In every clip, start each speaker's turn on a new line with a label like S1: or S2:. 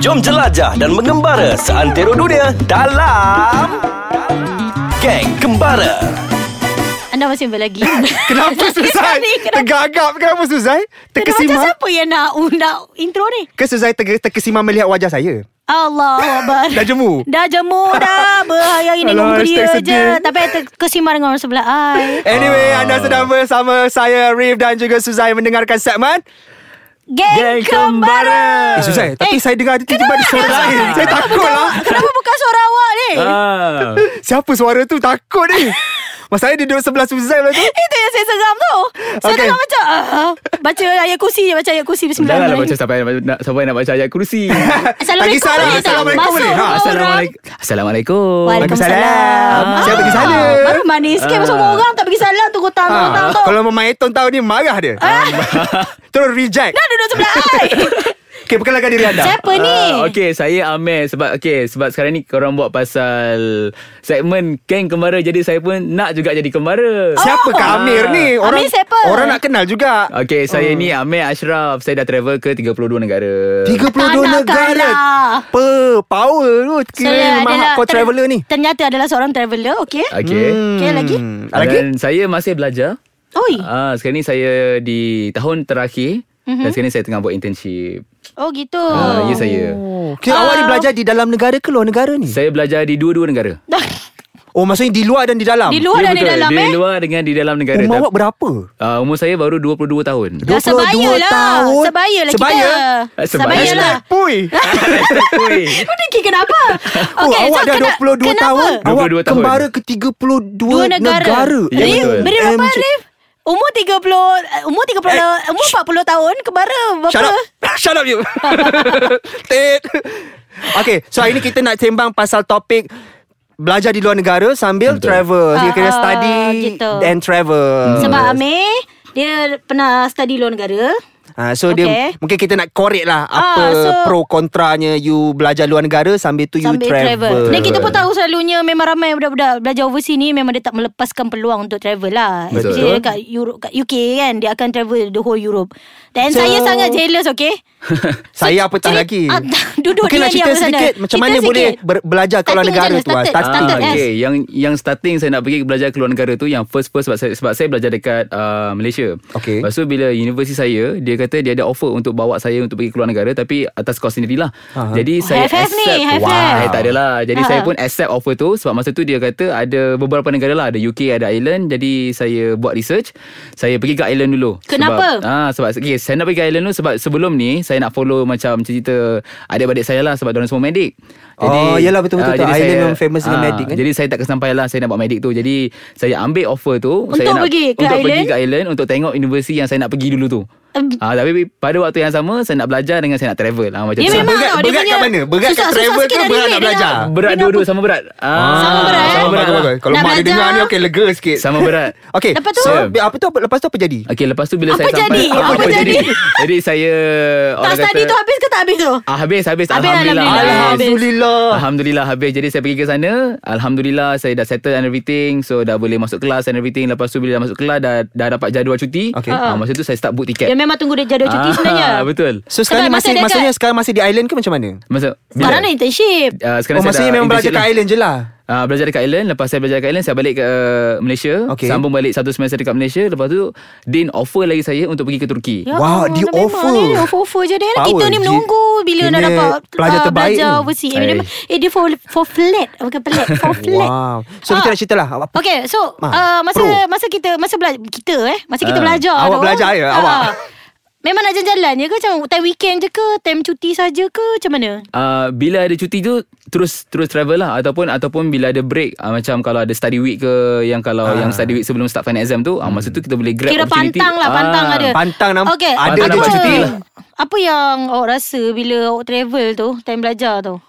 S1: Jom jelajah dan mengembara seantero dunia dalam Geng Kembara.
S2: Anda masih berlagi
S3: Kenapa Suzai?
S2: Sorry, kenapa?
S3: Tergagap kenapa Suzai?
S2: Macam
S3: Terkesima.
S2: siapa yang nak undang intro ni?
S3: Ke Suzai ter- terkesima melihat wajah saya?
S2: Allah Akbar
S3: Dah jemu?
S2: Dah jemu dah Berhayang ini
S3: Alah,
S2: Alah, dia
S3: hashtag
S2: je
S3: sedih.
S2: Tapi terkesima dengan orang sebelah I
S3: Anyway, anda sedang bersama saya Rif dan juga Suzai mendengarkan segmen
S2: Geng Kembara
S3: Eh Suzai, tapi saya dengar ada tiba-tiba ada suara lain. Saya takut lah.
S2: Kenapa bukan suara awak ni?
S4: Ah.
S3: Siapa suara tu takut ni? Masalahnya dia duduk sebelah Suzai lah tu.
S2: Itu yang saya seram tu Saya
S3: Okay.
S2: tengah macam ah, Baca ayat kursi je Baca ayat kursi
S4: Janganlah baca
S2: Bismillahirrahmanirrahim
S4: sampai nak, sampai nak baca ayat kursi.
S2: Assalamualaikum
S3: Tak kisahlah,
S2: boleh tak? Masuk rumah
S3: Assalamualaikum boleh. Ha,
S2: orang
S4: Assalamualaikum. Assalamualaikum.
S2: Waalaikumsalam Ah.
S3: Waalaikumsalam. Siapa pergi sana?
S2: Baru manis sikit Masuk rumah orang Tak pergi salam Tu hutang-hutang
S3: Ha,
S2: tu
S3: kalau Mama Eton tahu ni marah dia.
S2: Ah.
S3: Ah. Terus reject.
S2: Dah duduk sebelah I
S3: Okay, perkenalkan diri anda.
S2: Siapa ni?
S4: Ah, okay, saya Amir sebab okay, sebab sekarang ni korang buat pasal segmen geng kembara jadi saya pun nak juga jadi kembara.
S3: Siapa
S2: Oh.
S3: Kak Amir ni?
S2: Amir siapa?
S3: Orang nak kenal juga.
S4: Okay, saya
S3: Hmm.
S4: ni Amir Ashraf. Saya dah travel ke 32 negara.
S3: 32
S2: nak
S3: negara.
S2: kalah.
S3: Apa power tu. Kira mahal
S2: lah.
S3: kau
S2: ter-
S3: traveller ni.
S2: Ternyata adalah seorang traveller Okay
S4: Okay.
S3: Hmm.
S2: Okay lagi
S3: Lagi?
S4: Dan saya masih belajar.
S2: Oi
S4: Ah, sekarang ni saya di tahun terakhir
S2: Mhm.
S4: mm-hmm. dan sekarang ni saya tengah buat internship.
S2: Oh gitu
S4: Ah, ya saya.
S3: Okay, Oh.
S2: Ah.
S3: awak ni belajar di dalam negara ke luar negara ni?
S4: Saya belajar di dua-dua negara.
S2: Dah.
S3: Oh, maksudnya di luar dan di dalam?
S2: Di luar Ah,
S4: Ya,
S2: dan di
S4: betul.
S2: dalam
S4: Di
S2: eh
S4: luar dengan di dalam negara
S3: Umur awak berapa?
S4: uh, Umur saya baru 22 tahun
S2: Dah
S3: 22
S2: sebaya lah
S3: tahun.
S2: Sebaya lah
S3: Sebaya?
S2: kita
S4: Eh, sebaya.
S2: Sebaya lah
S3: Pui.
S4: Oi.
S2: Kau dengki kenapa
S3: Oh,
S2: Okay
S3: awak
S2: so
S3: dah
S2: kena-
S3: 22
S2: kenapa?
S3: tahun. Awak
S4: 22 tahun.
S3: kembara ke 32
S2: Dua negara,
S3: negara.
S4: Ya,
S2: Rif
S4: betul.
S2: Beri berapa
S3: MJ.
S2: Rif? Umur 30 eh, Umur 30 Umur 40 tahun Kebara berapa?
S3: Shut up. Shut up you. Tit. Okay, so hari ni kita nak sembang pasal topik belajar di luar negara sambil Betul. travel. Dia kena
S2: Ah,
S3: study
S2: gitu.
S3: and travel.
S2: Sebab Amir Dia pernah study luar negara
S3: Ha, so
S2: Okay.
S3: okay. dia mungkin kita nak korek lah apa
S2: Ah, so-
S3: pro kontranya you belajar luar negara sambil tu you
S2: Sambil travel.
S3: travel.
S2: Dan kita pun tahu selalunya memang ramai budak-budak belajar overseas ni memang dia tak melepaskan peluang untuk travel lah.
S4: Betul.
S2: Especially dekat Europe, kat UK kan dia akan travel the whole Europe. Dan
S3: So-
S2: saya sangat jealous okay.
S3: Saya apatah
S2: Jadi,
S3: lagi.
S2: ah, duduk
S3: mungkin
S2: dia
S3: nak
S2: dia
S3: cerita
S2: apa sana.
S3: sedikit macam
S2: Cerita
S3: mana
S2: sikit.
S3: boleh ber- belajar ke luar
S2: Starting
S3: negara
S2: macam
S3: tu. ah,
S2: mana? Started.
S3: Starting.
S2: Started.
S4: Ah,
S2: as-
S4: okay. Yang yang starting saya nak pergi belajar ke luar negara tu yang first first sebab saya, sebab saya belajar dekat uh, Malaysia.
S3: Okay.
S4: Lepas tu bila universiti saya dia kata dia ada offer untuk bawa saya untuk pergi ke luar negara tapi atas kos sendirilah. Uh-huh. Jadi saya
S2: Oh, have
S4: accept.
S2: ni, have have.
S4: wow. Eh, tak adalah. Jadi
S2: Ha.
S4: saya pun accept offer tu sebab masa tu dia kata ada beberapa negara lah ada UK ada Ireland jadi saya buat research. Saya pergi ke Ireland dulu.
S2: Kenapa?
S4: Sebab, ah sebab okay, saya nak pergi ke Ireland dulu sebab sebelum ni saya nak follow macam cerita adik-adik saya lah sebab mereka semua medik.
S3: Oh, yelah, betul-betul
S4: ah,
S3: tu.
S4: jadi
S3: Ireland
S4: saya-
S3: memang famous dengan
S4: ah,
S3: medik, kan?
S4: jadi saya tak kesampaian lah Saya nak buat medik tu Jadi saya ambil offer tu saya
S2: Untuk
S4: nak,
S2: pergi ke
S4: Untuk pergi
S2: Ireland?
S4: ke Ireland Untuk tengok universiti yang saya nak pergi dulu tu
S2: Um,
S4: Ah, tapi pada waktu yang sama Saya nak belajar dengan saya nak travel ah,
S2: Dia
S4: macam tu.
S2: Ya, memang tau,
S3: berat-
S2: dia
S3: berat
S2: punya
S3: kat mana? Berat kat
S2: susah- susah
S3: travel
S2: sikit
S3: ke
S2: dari
S3: berat
S2: dia,
S3: nak
S2: dia
S3: belajar?
S2: nak-
S4: Berat
S2: dia nak
S4: dua-dua sama berat ah,
S2: Sama berat, eh?
S4: Sama berat
S3: Bagus, bagus. Kalau
S2: Nak
S3: mak dia
S2: belajar.
S3: dengar ni okey lega sikit.
S4: Sama berat
S3: Okay.
S2: Lepas tu?
S3: so,
S4: Yeah.
S3: apa tu lepas tu apa jadi?
S4: Okay lepas tu bila
S2: Apa
S4: saya sampai
S2: jadi? Apa jadi?
S4: Jadi saya
S2: Tak
S4: orang
S2: study
S4: kata-
S2: tu habis ke tak habis tu?
S4: Ah, habis habis
S2: Habis, lah,
S4: Alhamdulillah
S2: Alhamdulillah.
S4: habis.
S3: Alhamdulillah.
S4: Alhamdulillah habis Jadi saya pergi ke sana Alhamdulillah Saya dah settle and everything So dah boleh masuk kelas and everything Lepas tu bila dah masuk kelas Dah, dah dapat jadual cuti
S3: Okay.
S4: Ah, Masa tu saya start
S3: Ya.
S4: book tiket
S2: Dia Ya, memang tunggu dia jadual cuti
S4: Ah,
S2: sebenarnya.
S4: Betul
S3: So
S2: Sebab masa
S3: sekarang ni masih
S2: dia kat-
S3: maksudnya sekarang masih di island ke macam mana?
S4: Masa
S2: Sekarang ni internship.
S4: uh, sekarang
S3: Oh,
S4: saya
S3: maksudnya
S4: dah
S3: memang belajar
S4: internship
S3: kat
S4: lah.
S3: island je lah.
S4: Uh, belajar dekat Ireland Lepas saya belajar dekat Ireland Saya balik ke uh, Malaysia
S3: Okay.
S4: Sambung balik satu semester dekat Malaysia Lepas tu Din offer lagi saya Untuk pergi ke Turki
S2: Ya
S3: Wow,
S2: Allah,
S3: dia
S2: memang
S3: offer.
S2: Ni, offer-offer je dia.
S3: Power.
S2: Kita ni
S3: Dia-
S2: menunggu bila
S3: dia
S2: nak
S3: ni
S2: dapat
S3: pelajar
S2: ah,
S3: terbaik
S2: belajar
S3: ni.
S2: overseas. Eh, dia,
S4: Hai.
S2: eh, dia for, for flat. Bukan flat, for flat.
S3: Wow. So kita
S2: Ah.
S3: nak cerita lah apa-
S2: Okay, so
S3: Ma,
S2: uh, masa
S3: pro.
S2: masa kita masa belajar kita eh, masa kita
S4: Ah,
S2: belajar
S3: awak
S2: tu,
S3: belajar ya,
S2: ah,
S3: awak?
S2: Memang nak jalan-jalan je ke macam time weekend je ke, time cuti saja ke macam mana?
S4: Uh, bila ada cuti tu terus terus travel lah ataupun ataupun bila ada break uh, macam kalau ada study week ke yang kalau
S3: Ah.
S4: yang study week sebelum start final exam tu uh, masa tu kita boleh grab
S2: Kira
S4: opportunity.
S2: pantang lah, pantang
S4: Ah,
S2: ada.
S3: pantang namp-
S2: okay,
S3: ada
S2: apa,
S4: nampak cuti
S2: je,
S4: lah.
S2: apa yang awak rasa bila awak travel tu, time belajar tu?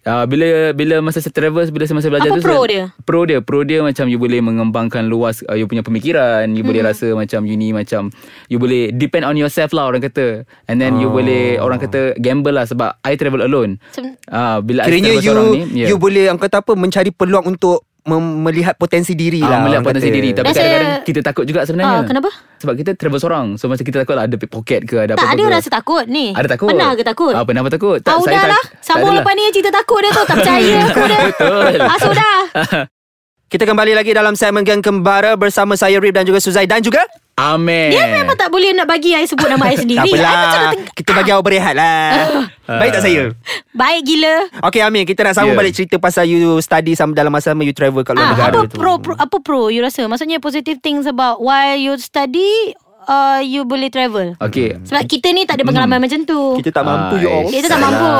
S4: Uh, bila bila masa saya travel bila saya masa belajar
S2: Apa
S4: tu
S2: pro
S4: saya-
S2: dia?
S4: pro dia pro dia macam you boleh mengembangkan luas uh, you punya pemikiran you
S2: Hmm.
S4: boleh rasa macam you ni macam you boleh depend on yourself lah orang kata and then
S3: Ah.
S4: you boleh orang kata gamble lah sebab I travel alone
S2: Sem-
S4: uh, bila I
S3: Kiranya
S4: travel
S3: you
S4: seorang ni ya. yeah.
S3: you boleh angkat apa mencari peluang untuk mem- melihat potensi diri lah
S4: Ah, melihat
S3: orang
S4: potensi
S3: kata.
S4: diri Tapi
S2: Dan
S4: kadang-kadang
S2: saya-
S4: kita takut juga sebenarnya
S2: Ah, kenapa?
S4: Sebab kita travel seorang So macam kita takut lah Ada pocket ke ada
S2: Tak
S4: apa-apa
S2: ada
S4: ke.
S2: rasa takut ni
S4: Ada takut
S2: Pernah ke takut?
S4: ah, Pernah apa takut
S2: Ah, udah lah Sambung lepas ni yang cerita takut dia tu Tak percaya aku dia
S4: Betul.
S2: Ah sudah
S3: Kita kembali lagi dalam segmen Gang Kembara Bersama saya Rip dan juga Suzai Dan juga
S4: Amin
S2: Dia Kan memang tak boleh nak bagi Saya sebut nama saya sendiri I
S3: Eh. Tak
S2: macam nak
S3: apalah
S2: teng-
S3: Kita bagi awak berehat lah Baik tak saya?
S2: Baik gila
S3: Okay Amir Kita nak sambung yeah.
S4: Ya.
S3: balik cerita Pasal you study sama, Dalam masa sama you travel Kat luar
S2: ah,
S3: negara
S2: apa
S3: tu
S2: pro, pro Apa pro you rasa Maksudnya positive things about While you study uh, You boleh travel
S4: Okay
S2: Sebab kita ni tak ada pengalaman macam tu
S3: Hmm. Kita tak mampu
S4: Ah,
S3: you all
S4: eh,
S2: Kita tak
S4: salah.
S2: mampu.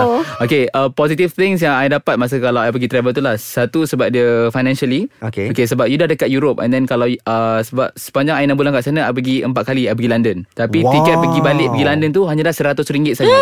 S4: Okay uh, Positive things yang I dapat Masa kalau I pergi travel tu lah Satu sebab dia Financially
S3: Okay.
S4: okay Sebab you dah dekat Europe And then kalau uh, Sebab sepanjang I 6 bulan kat sana I pergi 4 kali I pergi London Tapi
S3: Wow.
S4: tiket pergi balik Pergi London tu Hanya dah RM100 saja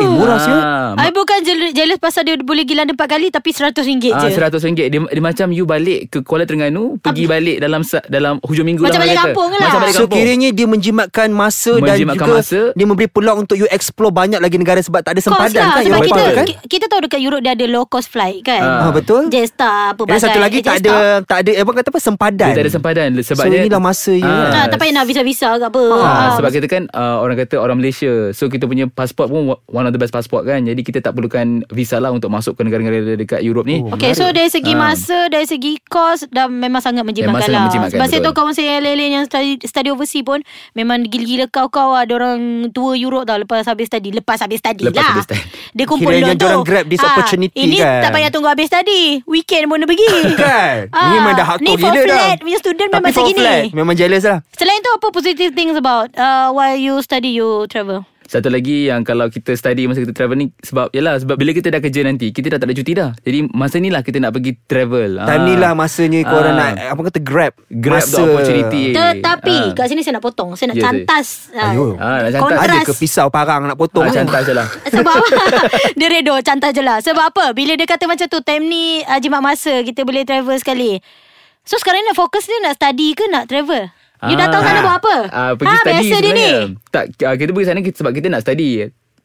S3: Eh murah siya
S4: Ah,
S2: I bukan jealous, jealous pasal dia boleh gila empat kali Tapi RM100 je
S4: Ah, seratus ringgit dia, dia macam you balik ke Kuala Terengganu Pergi balik dalam sa- dalam hujung minggu
S2: Macam
S4: lah orang
S2: balik
S4: kata.
S2: kampung lah.
S4: Macam balik
S3: So
S4: kampung
S3: kiranya dia menjimatkan masa Dan
S4: Menjimatkan
S3: juga
S4: masa.
S3: Dia memberi peluang untuk you Explore banyak lagi negara Sebab tak ada sempadan
S2: lah,
S3: kan
S2: Sebab
S3: Eropah
S2: kita
S3: tu kan?
S2: ki- Kita tahu dekat Europe Dia ada low cost flight kan
S4: Ah.
S3: Ah, betul.
S2: Jetstar apa
S3: Dan satu
S2: eh,
S3: lagi tak
S2: Jetstar.
S3: ada Tak ada Abang kata apa Sempadan
S4: Dia tak ada sempadan sebab
S3: So,
S4: dia,
S3: inilah masa you,
S2: Ah,
S3: kan?
S2: tak payah nak visa-visa ke apa.
S4: Ah,
S2: Ah,
S4: sebab kita kan uh, orang kata orang Malaysia. So kita punya pasport pun wa- one of the best pasport kan. Jadi kita tak perlukan visa lah untuk masuk ke negara-negara dekat Europe ni.
S2: Oh. Okay, so dari segi masa, dari segi kos dah memang sangat menjimatkan
S4: Ah. Memang sangat
S2: lah.
S4: menjimatkan,
S2: Sebab saya
S4: betul.
S2: tahu kawan saya yang lain-lain yang study, study overseas pun memang gila-gila kau-kau ada orang tua Europe tau lepas habis study. Lepas habis study
S4: Lepas
S2: lah.
S4: habis study.
S2: Dia kumpul
S3: Kiranya
S2: loan tu.
S3: diorang grab this opportunity
S2: ini
S3: kan.
S2: tak payah tunggu habis study. Weekend pun dia pergi. Ah.
S3: Kan Ni memang dah hardcore
S2: Ni for
S3: gila dah
S2: flat punya student
S3: Tapi
S2: memang macam
S3: for
S2: gini.
S3: flat, Memang jealous lah
S2: Selain tu apa positive things about uh, while you study you travel?
S4: Satu lagi yang kalau kita study masa kita travel ni sebab yalah sebab bila kita dah kerja nanti kita dah tak ada cuti dah. Jadi masa ni lah kita nak pergi travel.
S3: Time ni lah masanya korang
S4: Ah.
S3: nak Apa kata grab
S4: grab
S3: masa.
S4: the opportunity.
S2: Tetapi
S4: Ah.
S2: kat sini saya nak potong. Saya nak
S4: Ya,
S2: cantas. ah,
S3: Ayuh.
S4: Ah, nak cantas.
S3: Ada
S2: Kontras.
S3: ke pisau parang nak potong
S4: Ah, cantas je lah.
S2: Sebab Dia redo Cantas je lah Sebab apa Bila dia kata macam tu Time ni uh, Jimat masa Kita boleh travel sekali So sekarang ni nak fokus ni Nak study ke nak travel You datang sana buat apa Ha,
S4: Ah, pergi study
S2: Biasa dia ni
S4: sebenarnya. Tak, ah, kita pergi sana kita, sebab kita nak study.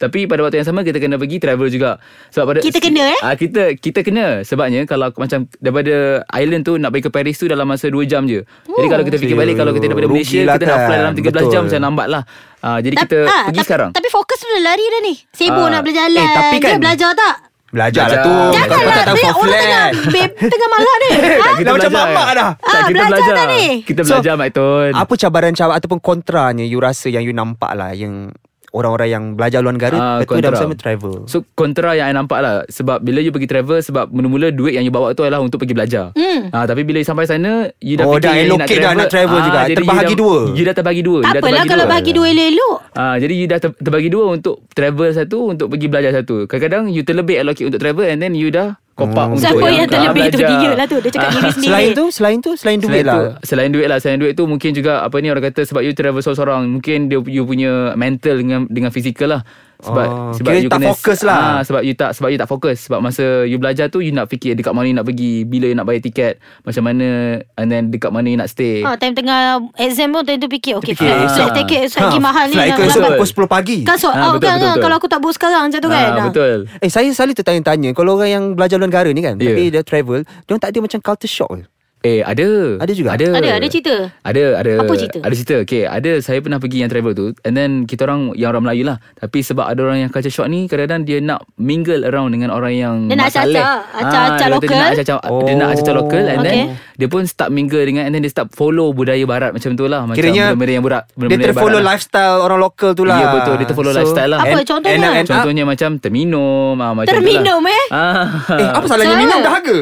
S4: Tapi pada waktu yang sama kita kena pergi travel juga. Sebab pada
S2: Kita kena, eh?
S4: Ah, kita kita kena sebabnya kalau macam daripada island tu nak pergi ke Paris tu dalam masa 2 jam je. Jadi kalau kita fikir
S3: Saya
S4: balik kalau kita daripada Malaysia
S3: rugilah
S4: kita nak fly
S3: Hmm. kan.
S4: dalam 13 jam
S3: Betul.
S4: macam lambat lah. Ah, jadi
S2: Ta-
S4: kita
S2: ah,
S4: pergi
S2: tapi,
S4: sekarang.
S2: Tapi fokus tu dah lari dah ni Sibuk
S4: Ah.
S2: nak berjalan
S3: Eh, tapi
S2: Dia
S3: kan-
S2: belajar tak
S3: Belajar lah tu
S4: Jangan
S3: Kalau
S2: Janganlah
S3: kau tak tahu
S2: dia-
S3: for
S2: Orang tengah
S3: flat
S2: babe, Tengah marah ni ha?
S4: kita
S3: Dah macam
S4: belajar.
S3: mamak dah.
S2: Ah,
S4: Tak, kita
S2: belajar
S4: belajar.
S2: tak ni?
S4: Kita
S3: So,
S4: belajar, Mak Tun.
S3: Apa cabaran-cabaran Ataupun kontranya You rasa yang you nampak lah Yang orang-orang yang belajar luar negara
S4: Ah,
S3: Betul dalam
S4: kontra.
S3: sama travel
S4: So kontra yang I nampak lah Sebab bila you pergi travel Sebab mula-mula duit yang you bawa tu Ialah untuk pergi belajar
S2: Hmm.
S4: ah, Tapi bila you sampai sana You dah
S3: Oh,
S4: fikir
S3: dah
S4: you
S3: allocate dah nak travel juga.
S4: jadi you
S3: Terbahagi
S4: dah-
S3: dua.
S4: You dah terbagi dua
S2: Tak
S4: you dah
S2: apalah
S4: terbagi
S2: kalau
S4: dua.
S2: bagi dua elok-elok
S4: Ah, jadi you dah ter- terbagi dua untuk travel satu untuk pergi belajar satu. Kadang-kadang you terlebih allocate untuk travel and then you dah cop
S3: Hmm,
S4: up untuk
S2: Siapa yang
S4: ah,
S2: terlebih tu
S4: belajar.
S2: gila lah tu Dia cakap diri sendiri
S3: Ah, Selain tu Selain tu Selain duit
S4: Selain tu,
S3: lah
S4: selain duit lah Selain duit tu mungkin juga Apa ni orang kata Sebab you travel seorang-seorang Mungkin dia, you punya mental Dengan dengan fizikal lah sebab
S3: Oh,
S4: sebab
S3: kira tak fokus lah.
S4: ah, sebab you tak sebab you tak fokus sebab masa you belajar tu you nak fikir dekat mana you nak pergi bila you nak bayar tiket macam mana and then dekat mana you nak stay
S2: Ha, time tengah exam pun time tu fikir Okay,
S3: Fikir,
S2: flight,
S4: ah.
S2: flight ticket
S3: Ha,
S2: lagi mahal ni
S3: Flight
S2: nak
S3: ke esok
S2: lambat.
S4: betul.
S3: pukul 10 pagi
S2: Kan sold out
S4: Ah, betul,
S2: kan,
S4: betul,
S2: kan
S4: betul.
S2: Kalau aku tak book sekarang macam tu kan
S4: Ah, betul
S3: Eh saya selalu tertanya-tanya Kalau orang yang belajar luar negara ni kan
S4: Ya.
S3: Tapi dia travel Dia tak ada macam culture shock ke?
S4: Eh ada
S3: Ada juga?
S4: Ada
S2: Ada, ada cerita?
S4: Ada ada
S2: Apa cerita?
S4: Ada cerita Okay ada Saya pernah pergi yang travel tu And then kita orang Yang orang Melayu lah Tapi sebab ada orang yang culture shock ni Kadang-kadang dia nak mingle around Dengan orang yang
S2: Dia nak
S4: masaleh.
S2: acah-acah, acah-acah
S4: Ah, dia kata Dia nak
S2: local.
S4: acah-acah Dia nak acah-acah
S3: Oh.
S4: lokal And then
S2: Okay.
S4: Dia pun start mingle dengan And then dia start follow Budaya barat macam tu lah Macam
S3: Kiranya
S4: benda-benda yang budak
S3: Dia
S4: benda-benda yang
S3: terfollow
S4: barat lah.
S3: lifestyle orang lokal tu lah
S4: Ya betul Dia terfollow
S3: So,
S4: lifestyle lah
S2: Apa
S4: And-
S2: contohnya?
S3: and- and- and-
S4: Contohnya macam Terminum ah, macam tu lah.
S2: Terminum, eh?
S4: ah.
S3: Eh apa salahnya
S2: Salah.
S3: minum dahaga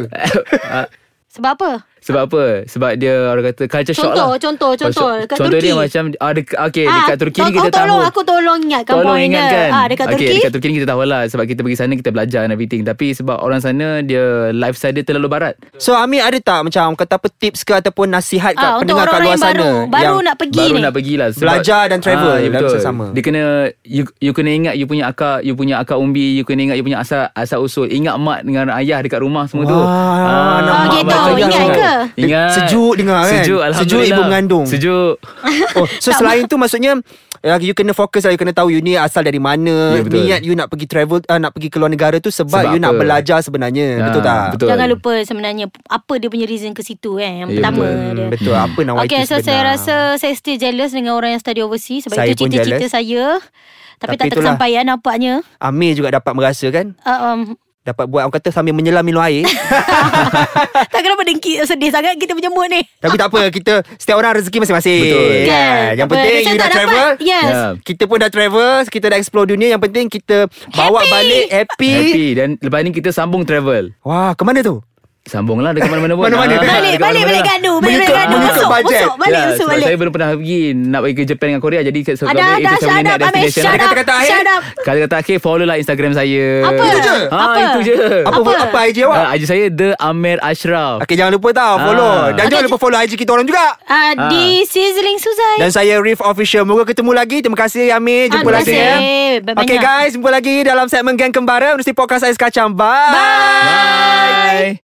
S2: Sebab apa?
S4: Sebab apa? Sebab dia orang kata culture shock
S2: Contoh,
S4: lah.
S2: contoh, contoh. Dekat
S4: contoh
S2: Turki.
S4: dia macam ah, dek, okay, dekat Turki ni
S2: tol-
S4: kita
S2: oh, tolong,
S4: tahu.
S2: Aku tolong ingatkan
S4: Tolong
S2: point dia.
S4: ingatkan
S2: Ah, dekat
S4: okay,
S2: Turki
S4: Dekat Turki ni kita tahu lah Sebab kita pergi sana Kita belajar and everything Tapi sebab orang sana Dia lifestyle dia terlalu barat
S3: So Amir ada tak macam orang kata apa tips ke ataupun nasihat kat
S2: ah, Untuk
S3: pendengar kat
S2: orang-orang
S3: luar
S2: yang
S3: sana
S2: baru Baru
S3: yang
S2: nak pergi
S4: Baru
S2: ni
S4: nak pergi lah sebab,
S3: Belajar dan travel
S4: ya
S3: dalam
S4: betul.
S3: sesama.
S4: Dia kena you, you kena ingat You punya akak You punya akak umbi You kena ingat You punya asal, asal usul Ingat mak dengan ayah Dekat rumah semua tu
S3: Wah,
S4: Ah,
S2: Oh,
S3: nampak
S2: gitu.
S3: macam
S2: Ingat
S3: tu.
S2: ke?
S4: Ingat
S3: Sejuk dengar kan?
S4: Sejuk
S3: Sejuk
S4: Alhamdulillah
S3: ibu mengandung.
S4: Sejuk
S3: Oh, so selain tu maksudnya uh, you kena fokus lah you kena tahu you ni asal dari mana
S4: Ya, betul.
S3: niat you nak pergi travel uh, nak pergi keluar negara tu sebab,
S4: Sebab
S3: you nak
S4: apa?
S3: belajar sebenarnya
S4: Ah,
S3: Eh, betul tak
S4: betul.
S2: Jangan lupa sebenarnya apa dia punya reason ke situ eh. Yang
S4: Ya,
S2: pertama
S4: betul.
S2: dia.
S3: betul apa nak
S2: Okay so saya rasa Saya still jealous Dengan orang yang study overseas Sebab
S3: Saya
S2: itu
S3: pun
S2: cita-cita
S3: jealous.
S2: saya Tapi,
S3: Tapi
S2: tak
S3: itulah.
S2: tersampaian nampaknya
S3: Amir juga dapat merasa kan
S2: uh, um,
S3: dapat buat orang kata sambil menyelam minum air
S2: Tak kenapa dengki Sedih sangat kita punya mood ni
S3: tapi tak apa kita setiap orang rezeki masing-masing
S4: Betul.
S3: Yeah. Ya, yang
S2: Tak Kan? apa,
S3: penting
S2: saya
S3: you
S2: tak
S3: dah
S2: dapat.
S3: travel Ah.
S2: Yes
S4: Ya.
S3: kita pun dah travel kita dah explore dunia yang penting kita bawa
S2: Happy.
S3: balik happy,
S4: Happy Dan lepas ni kita sambung travel
S3: wah ke mana tu
S4: Sambunglah dekat mana-mana pun
S3: Mana-mana.
S2: Balik
S4: Ah, dekat
S2: balik balik
S4: mana-mana.
S2: gandu Balik balik
S3: Mengikut-
S2: gandu
S3: mengikut
S2: Masuk masuk
S3: bajet.
S2: Balik
S4: Ya,
S2: masuk
S4: sebab
S2: balik
S4: Saya belum pernah pergi Nak pergi ke Japan dengan Korea Jadi sebab
S2: Ada
S4: ni,
S2: ada
S4: itu saya
S2: Shut
S4: punya
S2: up
S4: next
S2: Amir
S4: destination
S2: Shut
S4: lah.
S2: up
S3: Kata-kata akhir.
S2: Shut up
S4: Kata-kata akhir Follow lah Instagram saya
S2: Apa?
S3: Itu je?
S4: ha,
S2: Apa?
S4: Itu je
S3: apa, apa? apa IG awak
S4: Ah, IG saya The Amir Ashraf
S3: Okay jangan lupa tau Follow
S4: Ah.
S3: Dan jangan
S2: Okay,
S3: lupa follow IG kita orang juga
S2: Ah, Di Sizzling Suzai
S3: Dan saya Riff Official Moga ketemu lagi Terima kasih Amir
S2: Ah, terima
S3: Jumpa lagi
S2: kasih.
S3: eh.
S2: Banyak.
S3: Okay guys Jumpa lagi dalam segmen Gang Kembara Universiti Podcast Ais Kacang Bye,
S4: Bye